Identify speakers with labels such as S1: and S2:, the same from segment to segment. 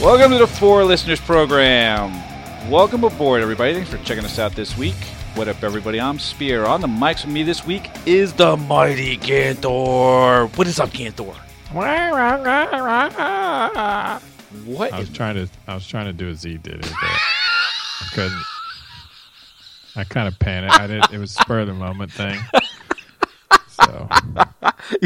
S1: Welcome to the Four Listeners Program. Welcome aboard, everybody. Thanks for checking us out this week. What up, everybody? I'm Spear. On the mics with me this week is the mighty Gantor. What is up, Gantor? What
S2: I
S1: is
S2: was trying to I was trying to do a Z Diddy, but I couldn't. I kind of panicked. I did. not It was spur of the moment thing. So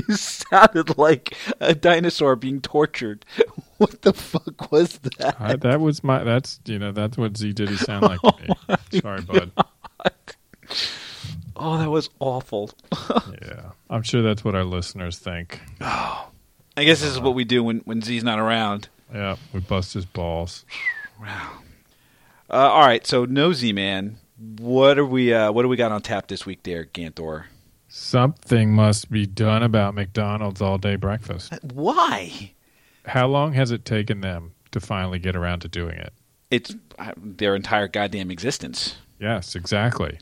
S1: you sounded like a dinosaur being tortured. What the fuck was that?
S2: I, that was my. That's you know that's what Z Diddy sound like to me. Sorry, bud.
S1: Oh, that was awful.
S2: Yeah, I'm sure that's what our listeners think.
S1: I guess this is what we do when, when Z's not around.
S2: Yeah, we bust his balls.
S1: Uh, all right, so nosy man, what are we? Uh, what do we got on tap this week, there, Gantor?
S2: Something must be done about McDonald's all day
S1: Uh,
S2: breakfast.
S1: Why?
S2: How long has it taken them to finally get around to doing it?
S1: It's uh, their entire goddamn existence.
S2: Yes, exactly.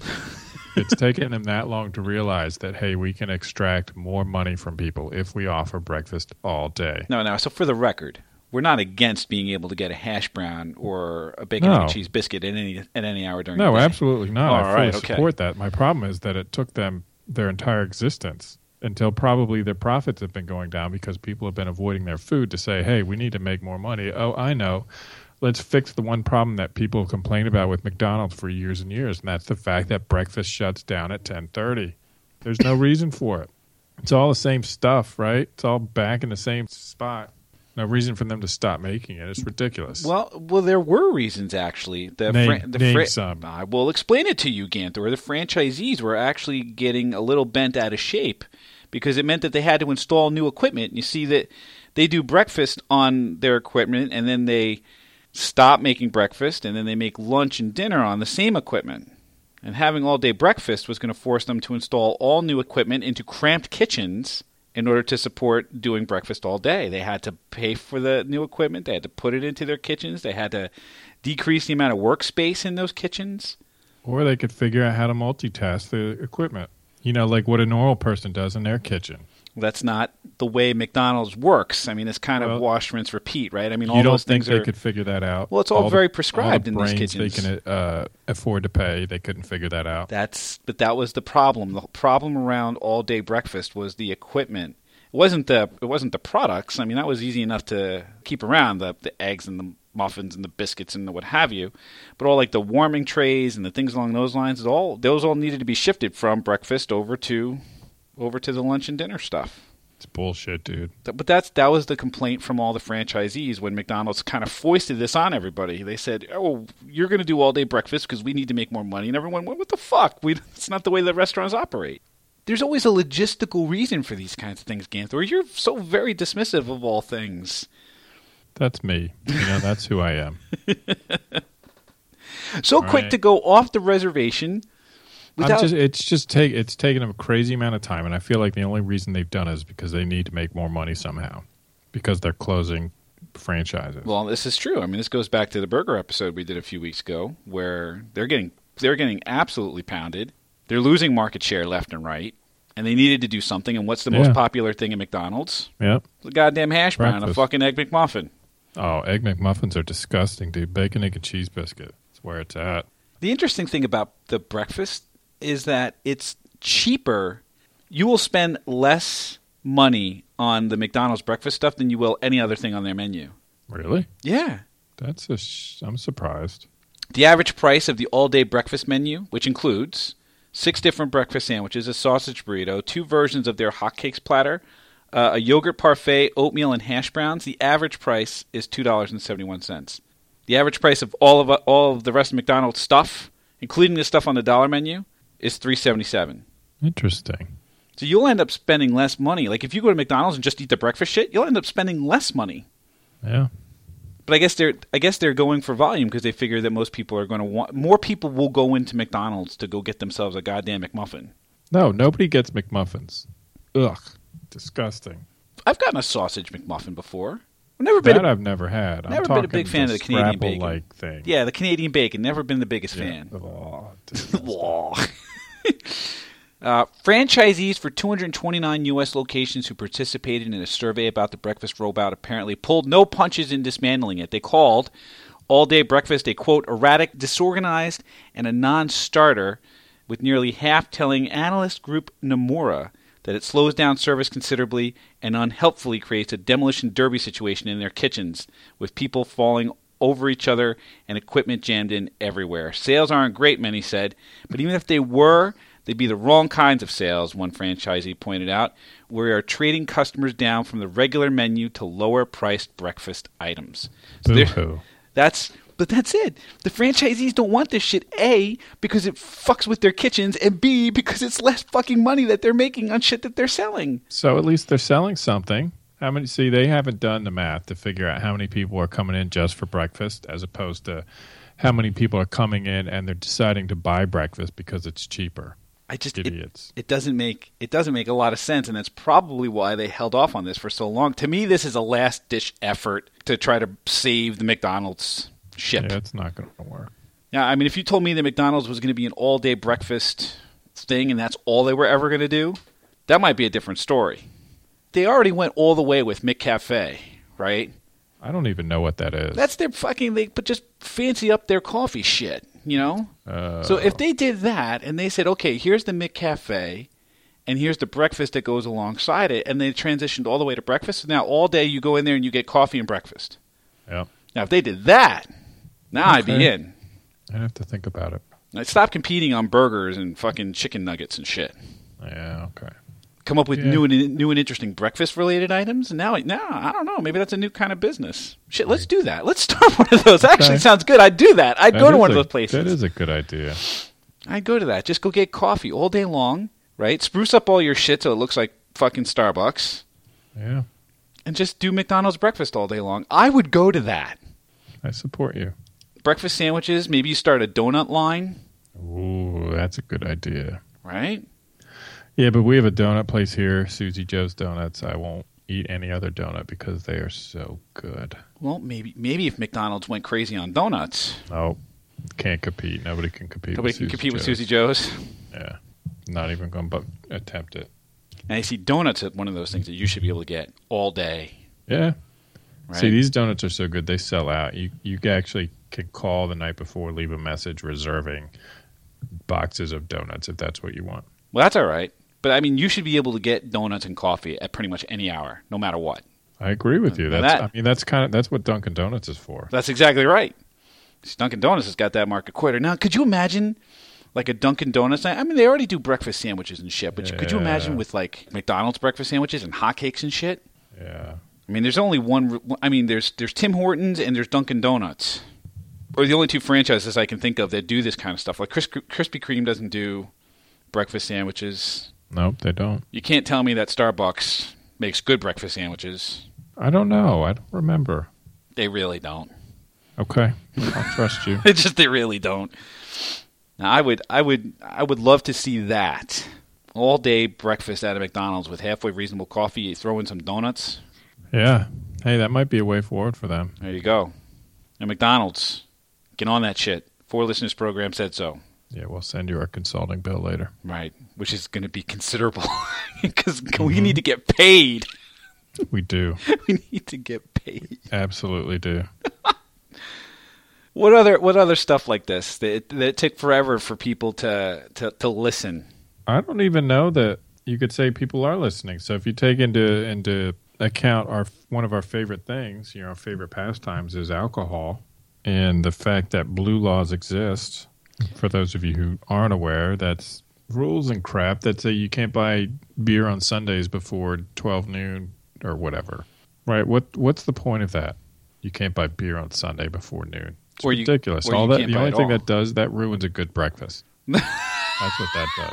S2: it's taken them that long to realize that hey, we can extract more money from people if we offer breakfast all day.
S1: No, no. So for the record, we're not against being able to get a hash brown or a bacon egg,
S2: No.
S1: and cheese biscuit at any at any hour during
S2: No,
S1: the day.
S2: absolutely not. I
S1: All
S2: fully
S1: right, okay.
S2: support that. My problem is that it took them their entire existence until probably their profits have been going down because people have been avoiding their food to say, "Hey, we need to make more money." Oh, I know. Let's fix the one problem that people complain about with McDonald's for years and years, and that's the fact that breakfast shuts down at 10:30. There's no reason for it. It's all the same stuff, right? It's all back in the same spot. No reason for them to stop making it. It's ridiculous.
S1: Well, well, there were reasons actually. The
S2: Name-
S1: fran- the
S2: name some.
S1: I will explain it to you, Ganthor. The franchisees were actually getting a little bent out of shape because it meant that they had to install new equipment. You see that they do breakfast on their equipment, and then they stop making breakfast, and then they make lunch and dinner on the same equipment. And having all day breakfast was going to force them to install all new equipment into cramped kitchens in order to support doing breakfast all day. They had to pay for the new equipment, they had to put it into their kitchens, they had to decrease the amount of workspace in those kitchens.
S2: Or they could figure out how to multitask the equipment. You know, like what a normal person does in their kitchen.
S1: That's not the way McDonald's works. I mean, it's kind of
S2: Well,
S1: wash, rinse, repeat, right? I mean,
S2: you
S1: all
S2: don't
S1: those
S2: think
S1: things
S2: they
S1: are.
S2: could figure that out.
S1: Well, it's all very
S2: the-
S1: prescribed
S2: all
S1: in
S2: the
S1: these
S2: brains
S1: kitchens.
S2: They can uh, afford to pay. They couldn't figure that out.
S1: That's but that was the problem. The problem around all day breakfast was the equipment. It wasn't the it wasn't the products. I mean, that was easy enough to keep around the the eggs and the muffins and the biscuits and the what have you. But all like the warming trays and the things along those lines, it all those all needed to be shifted from breakfast over to over to the lunch and dinner stuff.
S2: It's bullshit, dude.
S1: Th- But that's that was the complaint from all the franchisees when McDonald's kind of foisted this on everybody. They said, "Oh, you're going to do all day breakfast because we need to make more money." And everyone went, "What the fuck? We, it's not the way that restaurants operate." There's always a logistical reason for these kinds of things, Ganthor. You're so very dismissive of all things.
S2: That's me. You know, that's who I am.
S1: So quick
S2: Right.
S1: to go off the reservation.
S2: I'm
S1: Without,
S2: just, it's just take it's taken them a crazy amount of time, and I feel like the only reason they've done it is because they need to make more money somehow, because they're closing franchises.
S1: well, this is true. I mean, this goes back to the burger episode we did a few weeks ago, where they're getting they're getting absolutely pounded. They're losing market share left and right, and they needed to do something. And what's the
S2: Yeah.
S1: most popular thing at McDonald's?
S2: yep.
S1: The goddamn hash brown, and a
S2: Breakfast.
S1: fucking egg McMuffin.
S2: Oh, egg McMuffins are disgusting, dude. Bacon, egg, and cheese biscuit. That's where it's at.
S1: The interesting thing about the breakfast is that it's cheaper. You will spend less money on the McDonald's breakfast stuff than you will any other thing on their menu.
S2: Really?
S1: Yeah.
S2: That's a. Sh- I'm surprised.
S1: The average price of the all day breakfast menu, which includes six different breakfast sandwiches, a sausage burrito, two versions of their hotcakes platter, uh, a yogurt parfait, oatmeal, and hash browns, the average price is $2.71. The average price of all of, all of the rest of McDonald's stuff, including the stuff on the dollar menu, is $3.77.
S2: Interesting.
S1: So you'll end up spending less money. Like if you go to McDonald's and just eat the breakfast shit, you'll end up spending less money.
S2: Yeah.
S1: But I guess they're I guess they're going for volume because they figure that most people are going to want more people will go into McDonald's to go get themselves a goddamn McMuffin.
S2: No, nobody gets McMuffins. Ugh, disgusting.
S1: I've gotten a sausage McMuffin before. I've never been
S2: That
S1: a,
S2: I've never had. I'm
S1: never been a
S2: talking
S1: big fan of the Canadian bacon.
S2: like thing.
S1: yeah the Canadian bacon. Never been the biggest
S2: Yeah.
S1: fan.
S2: Ugh, disgusting.
S1: Wah. Uh, franchisees for 229 U.S. locations who participated in a survey about the breakfast robot apparently pulled no punches in dismantling it. They called all day breakfast a quote erratic, disorganized, and a non-starter, with nearly half telling analyst group Nomura that it slows down service considerably and unhelpfully creates a demolition derby situation in their kitchens, with people falling over each other and equipment jammed in everywhere. Sales aren't great, many said, but even if they were, they'd be the wrong kinds of sales, one franchisee pointed out. We are trading customers down from the regular menu to lower priced breakfast items. So there-
S2: Boo-hoo.
S1: that's but that's it. The franchisees don't want this shit A because it fucks with their kitchens and B because it's less fucking money that they're making on shit that they're selling.
S2: So at least they're selling something. How many? See, they haven't done the math to figure out how many people are coming in just for breakfast, as opposed to how many people are coming in and they're deciding to buy breakfast because it's cheaper.
S1: I just it,
S2: Idiots.
S1: it doesn't make it doesn't make a lot of sense and that's probably why they held off on this for so long. To me this is a last ditch effort to try to save the McDonald's ship.
S2: yeah, it's not going to work.
S1: Yeah, I mean, if you told me that McDonald's was going to be an all day breakfast thing and that's all they were ever going to do, that might be a different story. They already went all the way with McCafe, right?
S2: I don't even know what that is.
S1: That's their fucking, they but just fancy up their coffee shit, you know?
S2: Uh,
S1: So if they did that and they said, okay, here's the McCafe and here's the breakfast that goes alongside it, and they transitioned all the way to breakfast, now all day you go in there and you get coffee and breakfast.
S2: yeah,
S1: Now, if they did that, now I'd be
S2: Okay.
S1: in.
S2: I have to think about it.
S1: Like, Stop competing on burgers and fucking chicken nuggets and shit.
S2: Yeah, okay.
S1: Come up with
S2: Yeah.
S1: new and new and interesting breakfast related items. And now, now I don't know. Maybe that's a new kind of business. Shit, let's do that. Let's start one of those. Actually,
S2: Okay.
S1: sounds good. I'd do that. I'd go
S2: That
S1: to
S2: is
S1: one
S2: a-
S1: of those places.
S2: That is a good idea.
S1: I'd go to that. Just go get coffee all day long. Right? Spruce up all your shit so it looks like fucking Starbucks,
S2: Yeah,
S1: and just do McDonald's breakfast all day long. I would go to that.
S2: I support you.
S1: Breakfast sandwiches. Maybe you start a donut line.
S2: Ooh, that's a good idea.
S1: Right?
S2: Yeah, but we have a donut place here, Susie Joe's Donuts. I won't eat any other donut because they are so good.
S1: Well, maybe maybe if McDonald's went crazy on donuts,
S2: No, can't compete. Nobody can compete.
S1: nobody
S2: with
S1: can
S2: Susie
S1: compete with
S2: Joe's.
S1: Susie Joe's.
S2: Yeah, not even going to attempt it.
S1: And I see donuts at one of those things that you should be able to get all day.
S2: Yeah.
S1: Right?
S2: See, these donuts are so good they sell out. You you actually can call the night before, leave a message reserving boxes of donuts if that's what you want.
S1: well, that's all right. But I mean, you should be able to get donuts and coffee at pretty much any hour, no matter what.
S2: I agree with you.
S1: Now
S2: That's
S1: that-
S2: I mean that's kind of that's what Dunkin' Donuts is for.
S1: That's exactly right. See, Dunkin' Donuts has got that market quarter. Now, could you imagine like a Dunkin' Donuts night? I mean, they already do breakfast sandwiches and shit, but you could you
S2: Yeah.
S1: imagine with like McDonald's breakfast sandwiches and hotcakes and shit?
S2: Yeah.
S1: I mean, there's only one. I mean, there's there's Tim Hortons and there's Dunkin' Donuts, or the only two franchises I can think of that do this kind of stuff. Like Kris- Krispy Kreme doesn't do breakfast sandwiches.
S2: Nope, they don't.
S1: You can't tell me that Starbucks makes good breakfast sandwiches.
S2: I don't know. I don't remember.
S1: They really don't.
S2: Okay. I'll trust you.
S1: It's just they really don't. Now, I would I would I would love to see that all day breakfast at a McDonald's with halfway reasonable coffee. You throw in some donuts.
S2: Yeah. Hey, that might be a way forward for them.
S1: There you go. And McDonald's, get on that shit. Four listeners program said so.
S2: Yeah, we'll send you our consulting bill later.
S1: Right, which is going to be considerable because we need to get paid.
S2: We do.
S1: We need to get paid.
S2: Absolutely do.
S1: What other what other stuff like this that that took forever for people to to, to listen?
S2: I don't even know that you could say people are listening. So if you take into into account our one of our favorite things, you know, our favorite pastimes is alcohol and the fact that blue laws exist. For those of you who aren't aware, that's rules and crap that say you can't buy beer on Sundays before 12 noon or whatever. Right? What what's the point of that? You can't buy beer on Sunday before noon. It's
S1: Or you-
S2: ridiculous.
S1: or
S2: all
S1: you
S2: that
S1: can't
S2: the
S1: buy
S2: only
S1: it
S2: thing
S1: all.
S2: that does that ruins a good breakfast. That's what that does.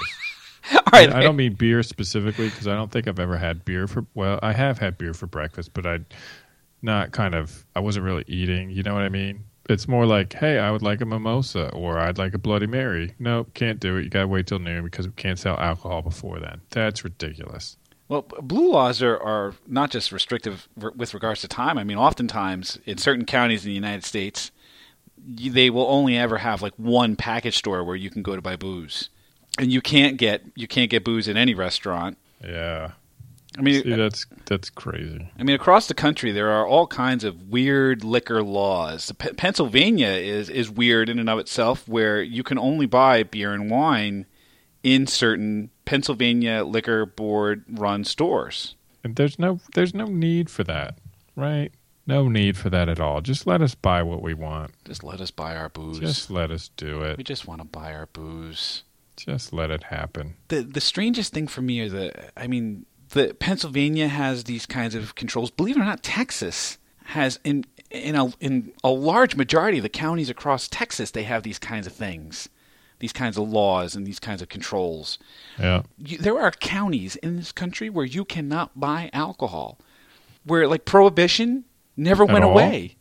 S1: All right,
S2: I don't mean beer specifically because I don't think I've ever had beer for. Well, I have had beer for breakfast, but I not kind of. I wasn't really eating. You know what I mean? It's more like, hey, I would like a mimosa or I'd like a Bloody Mary. Nope, can't do it. You gotta wait till noon because we can't sell alcohol before then. That's ridiculous.
S1: Well, b- blue laws are, are not just restrictive r- with regards to time. I mean, oftentimes in certain counties in the United States, y- they will only ever have like one package store where you can go to buy booze. and you can't get you can't get booze in any restaurant.
S2: Yeah.
S1: I mean,
S2: See, that's that's crazy.
S1: I mean, across the country, there are all kinds of weird liquor laws. P- Pennsylvania is is weird in and of itself, where you can only buy beer and wine in certain Pennsylvania liquor board run stores.
S2: And there's no there's no need for that, right? No need for that at all. Just let us buy what we want.
S1: Just let us buy our booze.
S2: Just let us do
S1: we
S2: it.
S1: just want to buy our booze.
S2: Just let it happen.
S1: the the strangest thing for me are the I mean the Pennsylvania has these kinds of controls. Believe it or not, Texas has in in a in a large majority of the counties across Texas they have these kinds of things, these kinds of laws and these kinds of controls.
S2: Yeah.
S1: You, there are counties in this country where you cannot buy alcohol, where like prohibition never
S2: At
S1: went
S2: all?
S1: away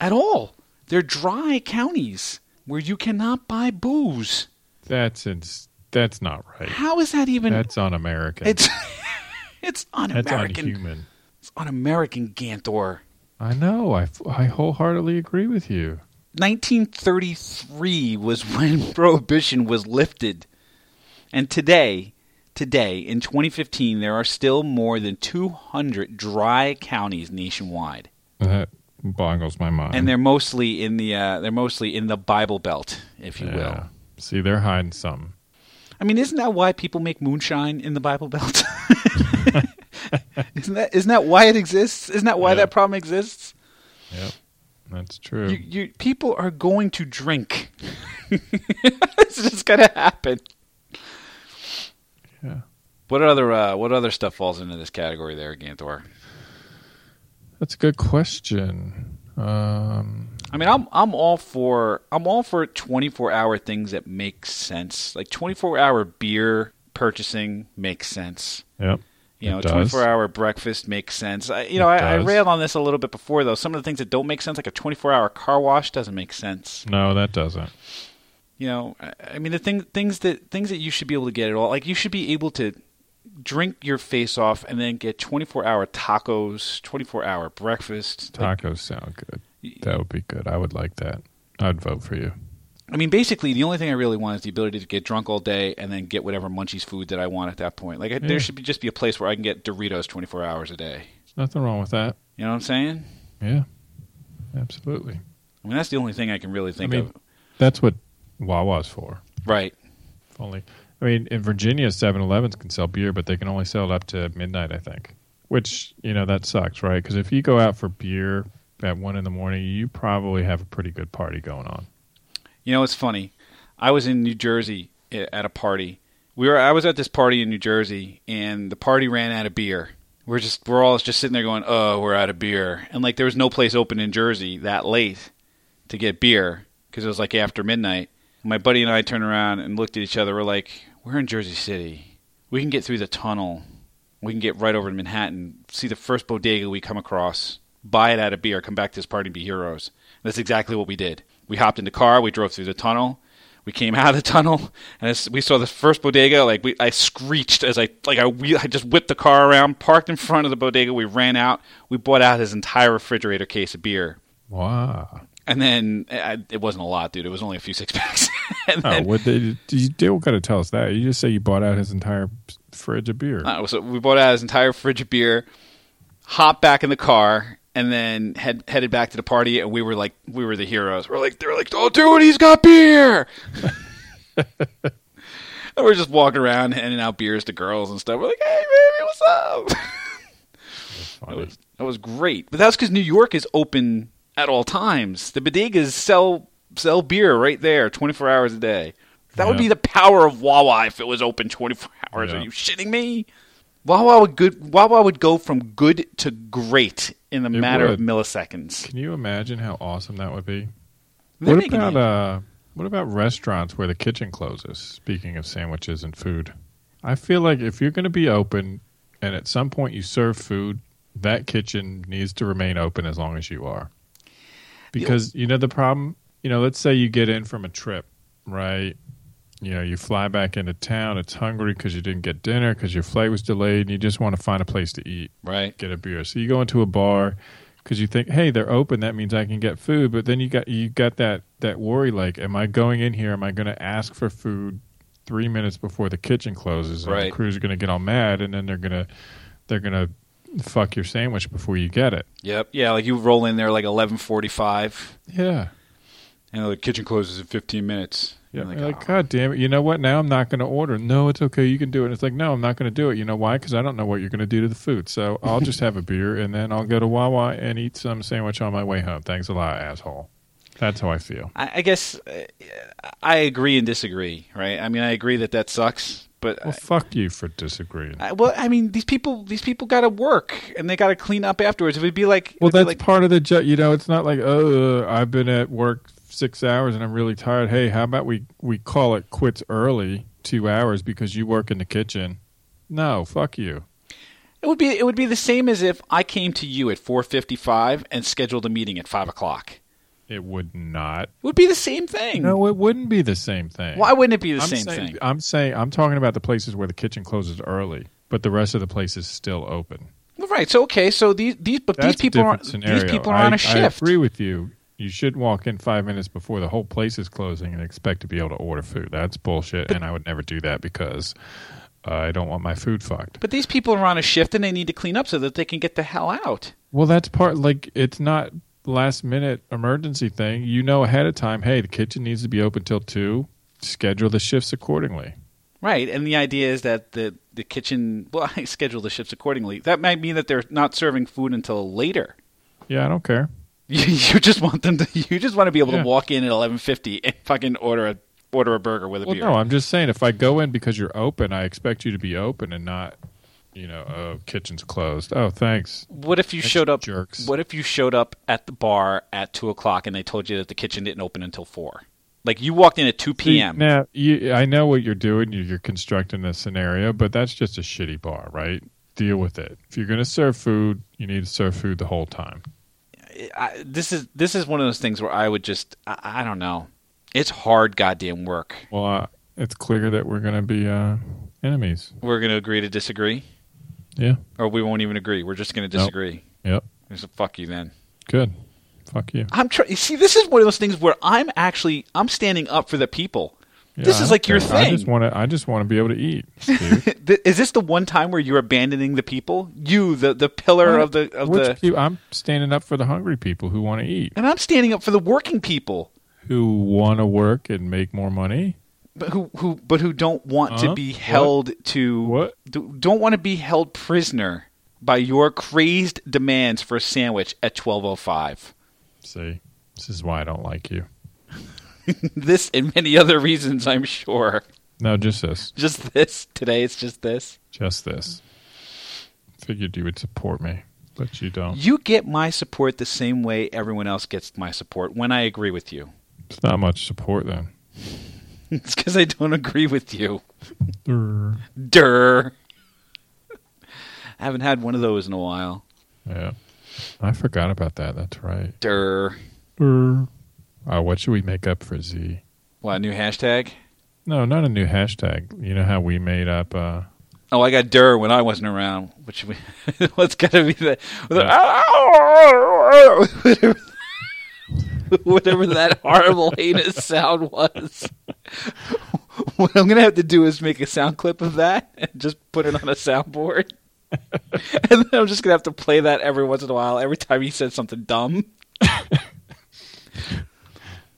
S1: at all. They're dry counties where you cannot buy booze.
S2: That's ins- that's not right.
S1: How is that even?
S2: That's un-American.
S1: It's it's
S2: that's
S1: un-American.
S2: unhuman.
S1: It's un-American Gantor.
S2: I know. I, f- I wholeheartedly agree with you.
S1: 1933 was when prohibition was lifted. And today, today in 2015 there are still more than 200 dry counties nationwide.
S2: That boggles my mind.
S1: And they're mostly in the uh, they're mostly in the Bible Belt, if you will.
S2: Yeah. See, they're hiding something.
S1: I mean, isn't that why people make moonshine in the Bible Belt? isn't that isn't that why it exists? Isn't that why
S2: Yeah.
S1: that problem exists?
S2: Yep. That's true.
S1: You, you, people are going to drink. it's just gonna happen.
S2: yeah.
S1: What other uh, what other stuff falls into this category there, Ganthor?
S2: That's a good question. Um,
S1: I mean, I'm I'm all for I'm all for 24 hour things that make sense. Like 24 hour beer purchasing makes sense.
S2: yep.
S1: You
S2: It
S1: know,
S2: does.
S1: 24 hour breakfast makes sense. I, you know,
S2: It
S1: I, I
S2: does.
S1: railed on this a little bit before though. Some of the things that don't make sense, like a 24 hour car wash, doesn't make sense.
S2: No, that doesn't.
S1: you know I- i mean the thing things that things that you should be able to get at all like you should be able to drink your face off and then get 24 hour tacos 24 hour breakfast Like,
S2: Tacos sound good. That would be good. I would like that. I'd vote for you.
S1: i mean basically the only thing i really want is the ability to get drunk all day and then get whatever munchies food that i want at that point like I,
S2: Yeah.
S1: there should be just be a place where i can get doritos 24 hours a day
S2: There's nothing wrong with that.
S1: you know what i'm saying
S2: Yeah. Absolutely.
S1: i mean that's the only thing i can really think
S2: mean-
S1: of
S2: That's what Wawa's for.
S1: right
S2: If only. I mean, in Virginia, 7 Elevens can sell beer, but they can only sell it up to midnight, I think. Which, you know, that sucks, right? Because if you go out for beer at 1 in the morning, you probably have a pretty good party going on.
S1: You know, it's funny. I was in New Jersey i- at a party. We were. I was at this party in New Jersey, and the party ran out of beer. We're just. We're all just sitting there going, "Oh, we're out of beer," and like there was no place open in Jersey that late to get beer because it was like after midnight. My buddy and I turned around and looked at each other. We're like, "We're in Jersey City. We can get through the tunnel. We can get right over to Manhattan. See the first bodega we come across. Buy it out of beer. Come back to this party and be heroes." That's exactly what we did. We hopped in the car, we drove through the tunnel, we came out of the tunnel, and as we saw the first bodega. Like we, I screeched as I like I, wheel, I just whipped the car around, parked in front of the bodega. We ran out. We bought out his entire refrigerator case of beer,
S2: Wow.
S1: and then I, it wasn't a lot, dude. It was only a few six packs. and
S2: Oh,
S1: then,
S2: what they, you still got to tell us that. You just say you bought out his entire fridge of beer.
S1: Uh, so we bought out his entire fridge of beer, hopped back in the car, and then head, headed back to the party. And we were like, we were the heroes. We're like, they're like, oh, dude, he's got beer. and we're just walking around, handing out beers to girls and stuff. We're like, hey, baby, what's up? that,
S2: Funny.
S1: was, that was great. But that's because New York is open at all times. The bodegas sell sell beer right there, twenty four hours a day. That would
S2: Yeah.
S1: be the power of Wawa if it was open twenty four hours.
S2: Yeah.
S1: Are you shitting me? Wawa would good Wawa would go from good to great in the
S2: It
S1: matter of
S2: would.
S1: milliseconds.
S2: Can you imagine how awesome that would be?
S1: They're
S2: what
S1: making
S2: about
S1: it.
S2: uh, what about restaurants where the kitchen closes? Speaking of sandwiches and food, I feel like if you're going to be open and at some point you serve food, that kitchen needs to remain open as long as you are. Because you know the problem, you know, let's say you get in from a trip, right? You know, you fly back into town, it's hungry because you didn't get dinner because your flight was delayed and you just want to find a place to eat
S1: right.
S2: get a beer. So you go into a bar because you think, hey, they're open. That means I can get food. But then you got you got that that worry, like, am I going in here? Am I going to ask for food three minutes before the kitchen closes, and the
S1: Right.
S2: crews are going to get all mad, and then they're going to they're going to fuck your sandwich before you get it.
S1: Yep. Yeah, like you roll in there like eleven forty five
S2: Yeah,
S1: and the kitchen closes in fifteen minutes.
S2: yeah.
S1: And
S2: Like,
S1: you're like, "Oh."
S2: God damn it! You know what? Now I'm not going to order. No, it's okay. You can do it. And it's like, no, I'm not going to do it. You know why? Because I don't know what you're going to do to the food. So I'll just have a beer, and then I'll go to Wawa and eat some sandwich on my way home. Thanks a lot, asshole. That's how I feel.
S1: I, I guess uh, I agree and disagree, right? I mean, I agree that that sucks, but
S2: Well, fuck you for disagreeing.
S1: I, well, I mean, these people these people got to work and they got to clean up afterwards. It would be like
S2: Well,
S1: it'd be
S2: that's
S1: like,
S2: part of the ju- you know. It's not like oh, I've been at work six hours and I'm really tired. Hey, how about we we call it quits early two hours because you work in the kitchen? No, fuck you.
S1: it would be it would be the same as if I came to you at four fifty five and scheduled a meeting at five o'clock. It
S2: It would not.
S1: would be the same thing.
S2: No, it wouldn't be the same thing.
S1: Why wouldn't it be the
S2: I'm
S1: same
S2: saying,
S1: thing?
S2: I'm saying I'm talking about the places where the kitchen closes early, but the rest of the place is still open.
S1: Well, right. So okay. So these these but
S2: That's
S1: these people
S2: a
S1: are
S2: different scenario.
S1: these people are
S2: I,
S1: on
S2: I
S1: a shift.
S2: agree with you. You should walk in five minutes before the whole place is closing and expect to be able to order food. That's bullshit, and I would never do that because I don't want my food fucked.
S1: But these people are on a shift and they need to clean up so that they can get the hell out.
S2: Well, that's part like it's not last minute emergency thing. You know ahead of time. Hey, the kitchen needs to be open till two. Schedule the shifts accordingly.
S1: Right. And the idea is that the the kitchen well, I schedule the shifts accordingly. That might mean that they're not serving food until later.
S2: Yeah, I don't care.
S1: You, you just want them to you just want to be able
S2: Yeah.
S1: to walk in at 11:50 and fucking order a order a burger with a
S2: Well,
S1: beer.
S2: no, I'm just saying if I go in because you're open, I expect you to be open and not, you know, oh, kitchen's closed. Oh, thanks.
S1: What if you
S2: That's
S1: showed up
S2: jerks.
S1: What if you showed up at the bar at 2 o'clock and they told you that the kitchen didn't open until 4? Like you walked in at 2
S2: See,
S1: p.m.
S2: Now, you, I know what you're doing. You're, you're constructing this scenario, but that's just a shitty bar, right? Deal with it. If you're going to serve food, you need to serve food the whole time.
S1: I, this is this is one of those things where I would just I, I don't know. It's hard goddamn work.
S2: Well, uh, it's clear that we're going to be uh, enemies.
S1: We're going to agree to disagree
S2: Yeah.
S1: or we won't even agree. We're just going to
S2: Nope.
S1: disagree.
S2: Yep.
S1: There's a fuck you then.
S2: Good. Fuck you.
S1: I'm trying. See, this is one of those things where I'm actually I'm standing up for the people. This
S2: Yeah,
S1: is
S2: I
S1: like
S2: don't
S1: your
S2: care. I
S1: thing.
S2: just want to. I just want to be able to eat. dude.
S1: Th- is this the one time where you're abandoning the people? You, the the pillar of the of
S2: Which
S1: the,
S2: you- I'm standing up for the hungry people who want to eat.
S1: and I'm standing up for the working people,
S2: who want to work and make more money.
S1: but who who but who don't want
S2: Huh?
S1: to be
S2: What?
S1: held to
S2: What?
S1: do- don't want to be held prisoner by your crazed demands for a sandwich at 12:05.
S2: See, this is why I don't like you.
S1: this and many other reasons, I'm sure.
S2: No, just this.
S1: Just this today, it's just this.
S2: Just this. Figured you would support me, but you don't.
S1: You get my support the same way everyone else gets my support when I agree with you.
S2: It's not much support then.
S1: it's because I don't agree with you.
S2: Durr.
S1: Durr. I haven't had one of those in a while.
S2: Yeah. I forgot about that. That's right.
S1: Durr.
S2: Durr. Uh, what should we make up for Z?
S1: What, new hashtag?
S2: No, not a new hashtag. You know how we made up. Uh,
S1: Oh, I got Durr when I wasn't around, which we, what's got to be the, whatever, whatever that horrible, heinous sound was. What I'm going to have to do is make a sound clip of that and just put it on a soundboard. and then I'm just going to have to play that every once in a while, every time he said something dumb.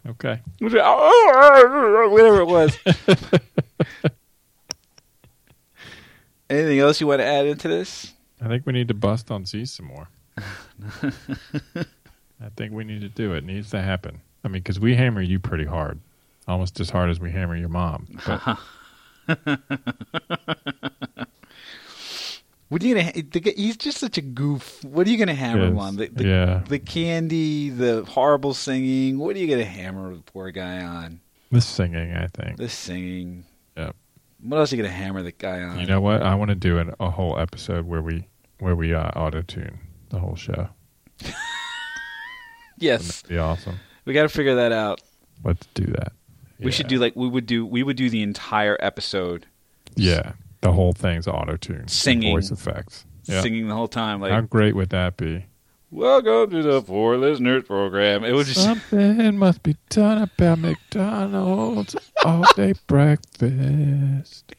S2: okay.
S1: "Oh, whatever it was. Anything else you want to add into this?
S2: I think we need to bust on Z some more. I think we need to do it. It needs to happen. I mean, because we hammer you pretty hard, almost as hard as we hammer your mom. But
S1: What are you gonna? The, guy- he's just such a goof. What are you gonna hammer him
S2: Yes.
S1: on? The, the,
S2: Yeah.
S1: the candy, the horrible singing. What are you gonna hammer the poor guy on?
S2: the singing, I think.
S1: The singing.
S2: Yep.
S1: What else are you gonna hammer the guy on?
S2: You know what? I want to do an, a whole episode where we where we uh, auto tune the whole show.
S1: yes,
S2: That'd be awesome.
S1: we got to figure that out.
S2: Let's do that.
S1: We should do like we would do. We would do the entire episode
S2: Yeah, the whole thing's auto tuned.
S1: Singing.
S2: voice effects. Yeah.
S1: singing the whole time. Like
S2: How great would that be?
S1: Welcome to the Four Listeners Program. It was just
S2: Something must be done about McDonald's all day breakfast.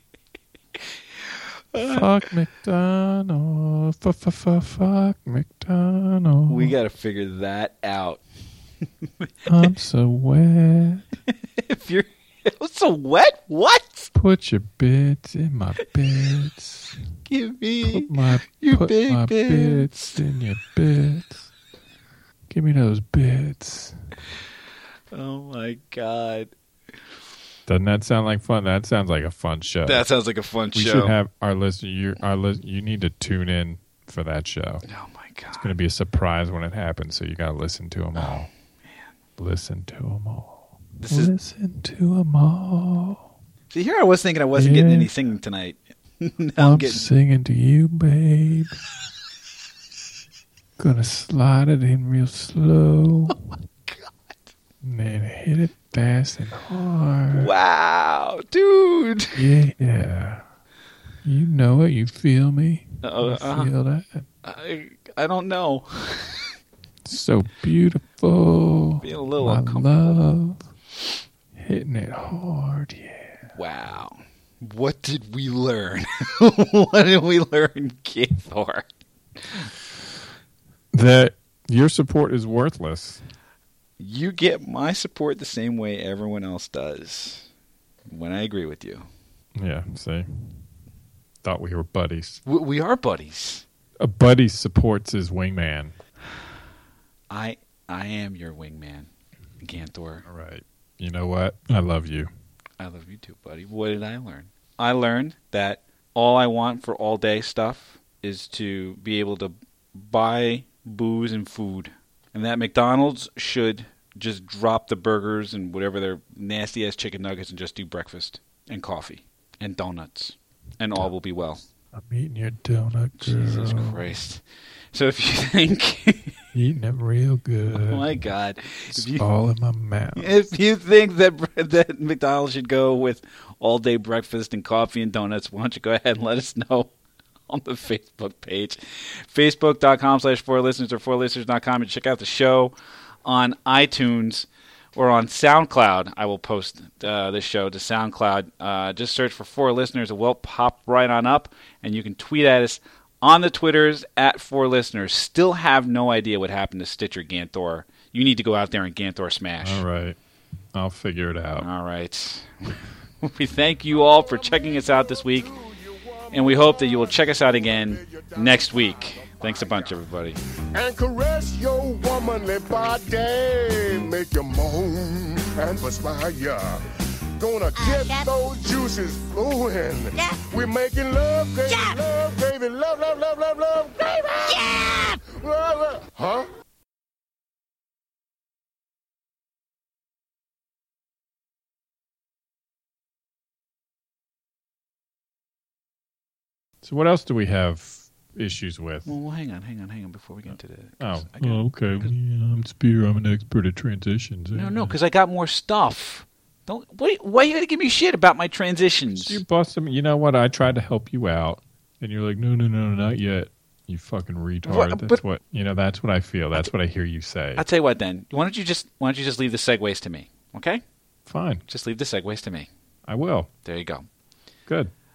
S1: Uh,
S2: Fuck McDonald's. Fuck McDonald's.
S1: we got to figure that out.
S2: I'm so wet.
S1: If you're so wet, what?
S2: Put your bits in my bits.
S1: Give me
S2: Put my,
S1: Your
S2: put
S1: big
S2: my
S1: bits.
S2: bits in your bits. Give me those bits.
S1: Oh my god.
S2: Doesn't that sound like fun? That sounds like a fun show.
S1: That sounds like a fun
S2: we
S1: show.
S2: should have our list. You, our list. You need to tune in for that show.
S1: oh my god.
S2: It's going to be a surprise when it happens. So you got to listen to them all. Listen to them all.
S1: Oh, This is
S2: listen to them all.
S1: See here I was thinking I wasn't getting
S2: Yeah.
S1: any singing tonight. now
S2: I'm,
S1: I'm getting
S2: singing to you, babe. Gonna slide it in real slow. Oh my
S1: God.
S2: And then hit it fast and hard.
S1: Wow, dude.
S2: Yeah. You know it. You feel me.
S1: Uh,
S2: you
S1: uh,
S2: feel that.
S1: I, I don't know.
S2: So beautiful.
S1: Being a little
S2: My
S1: uncomfortable.
S2: love. Hitting it hard. Yeah.
S1: Wow. What did we learn? what did we learn, Gathor?
S2: That your support is worthless.
S1: You get my support the same way everyone else does. When I agree with you,
S2: Yeah. See. Thought we were buddies.
S1: we, we are buddies.
S2: A buddy supports his wingman.
S1: I I am your wingman, Ganthor.
S2: All right. You know what? I love you.
S1: I love you too, buddy. What did I learn? I learned that all I want for all day stuff is to be able to buy booze and food. And that McDonald's should just drop the burgers and whatever their nasty ass chicken nuggets and just do breakfast and coffee and donuts. And all will be well.
S2: I'm eating your donut, girl.
S1: Jesus Christ. So if you think,
S2: Eating it real good.
S1: oh my God, if
S2: it's
S1: you,
S2: all in my mouth.
S1: if you think that that McDonald's should go with all day breakfast and coffee and donuts, why don't you go ahead and let us know on the Facebook page, facebook.com slash four listeners or four listeners.com and check out the show on iTunes or on SoundCloud. I will post uh, this show to SoundCloud. Uh, just search for four listeners. It will pop right on up and you can tweet at us on the Twitters at four listeners. Still have no idea what happened to Stitcher Ganthor. You need to go out there and Ganthor smash.
S2: All right. I'll figure it out.
S1: All right. we thank you all for checking us out this week, and we hope that you will check us out again next week. Thanks a bunch, everybody.
S3: and caress your womanly body. Make you moan and perspire. Gonna get
S4: that-
S3: those juices flowing.
S4: That-
S3: We're making love, baby,
S4: Yeah.
S3: love, baby, love, love, love, love, love, baby.
S4: Yeah!
S3: Love, love. Huh?
S2: So, what else do we have issues with?
S1: Well, hang on, hang on, hang on before we get into that.
S2: Oh,
S1: I got-
S2: okay. Yeah, I'm Spear. I'm an expert at transitions.
S1: No, no, because I got more stuff. Don't wait. Why you gotta give me shit about my transitions?
S2: you bust them. You know what? I tried to help you out, and you're like, no, no, no, not yet. You fucking retard.
S1: What-
S2: that's
S1: but-
S2: what you know. That's what I feel. That's what I hear you say.
S1: I'll tell you what. Then why don't you just why don't you just leave the segues to me? Okay,
S2: Fine,
S1: just leave the segues to me.
S2: I will.
S1: There you go.
S2: Good.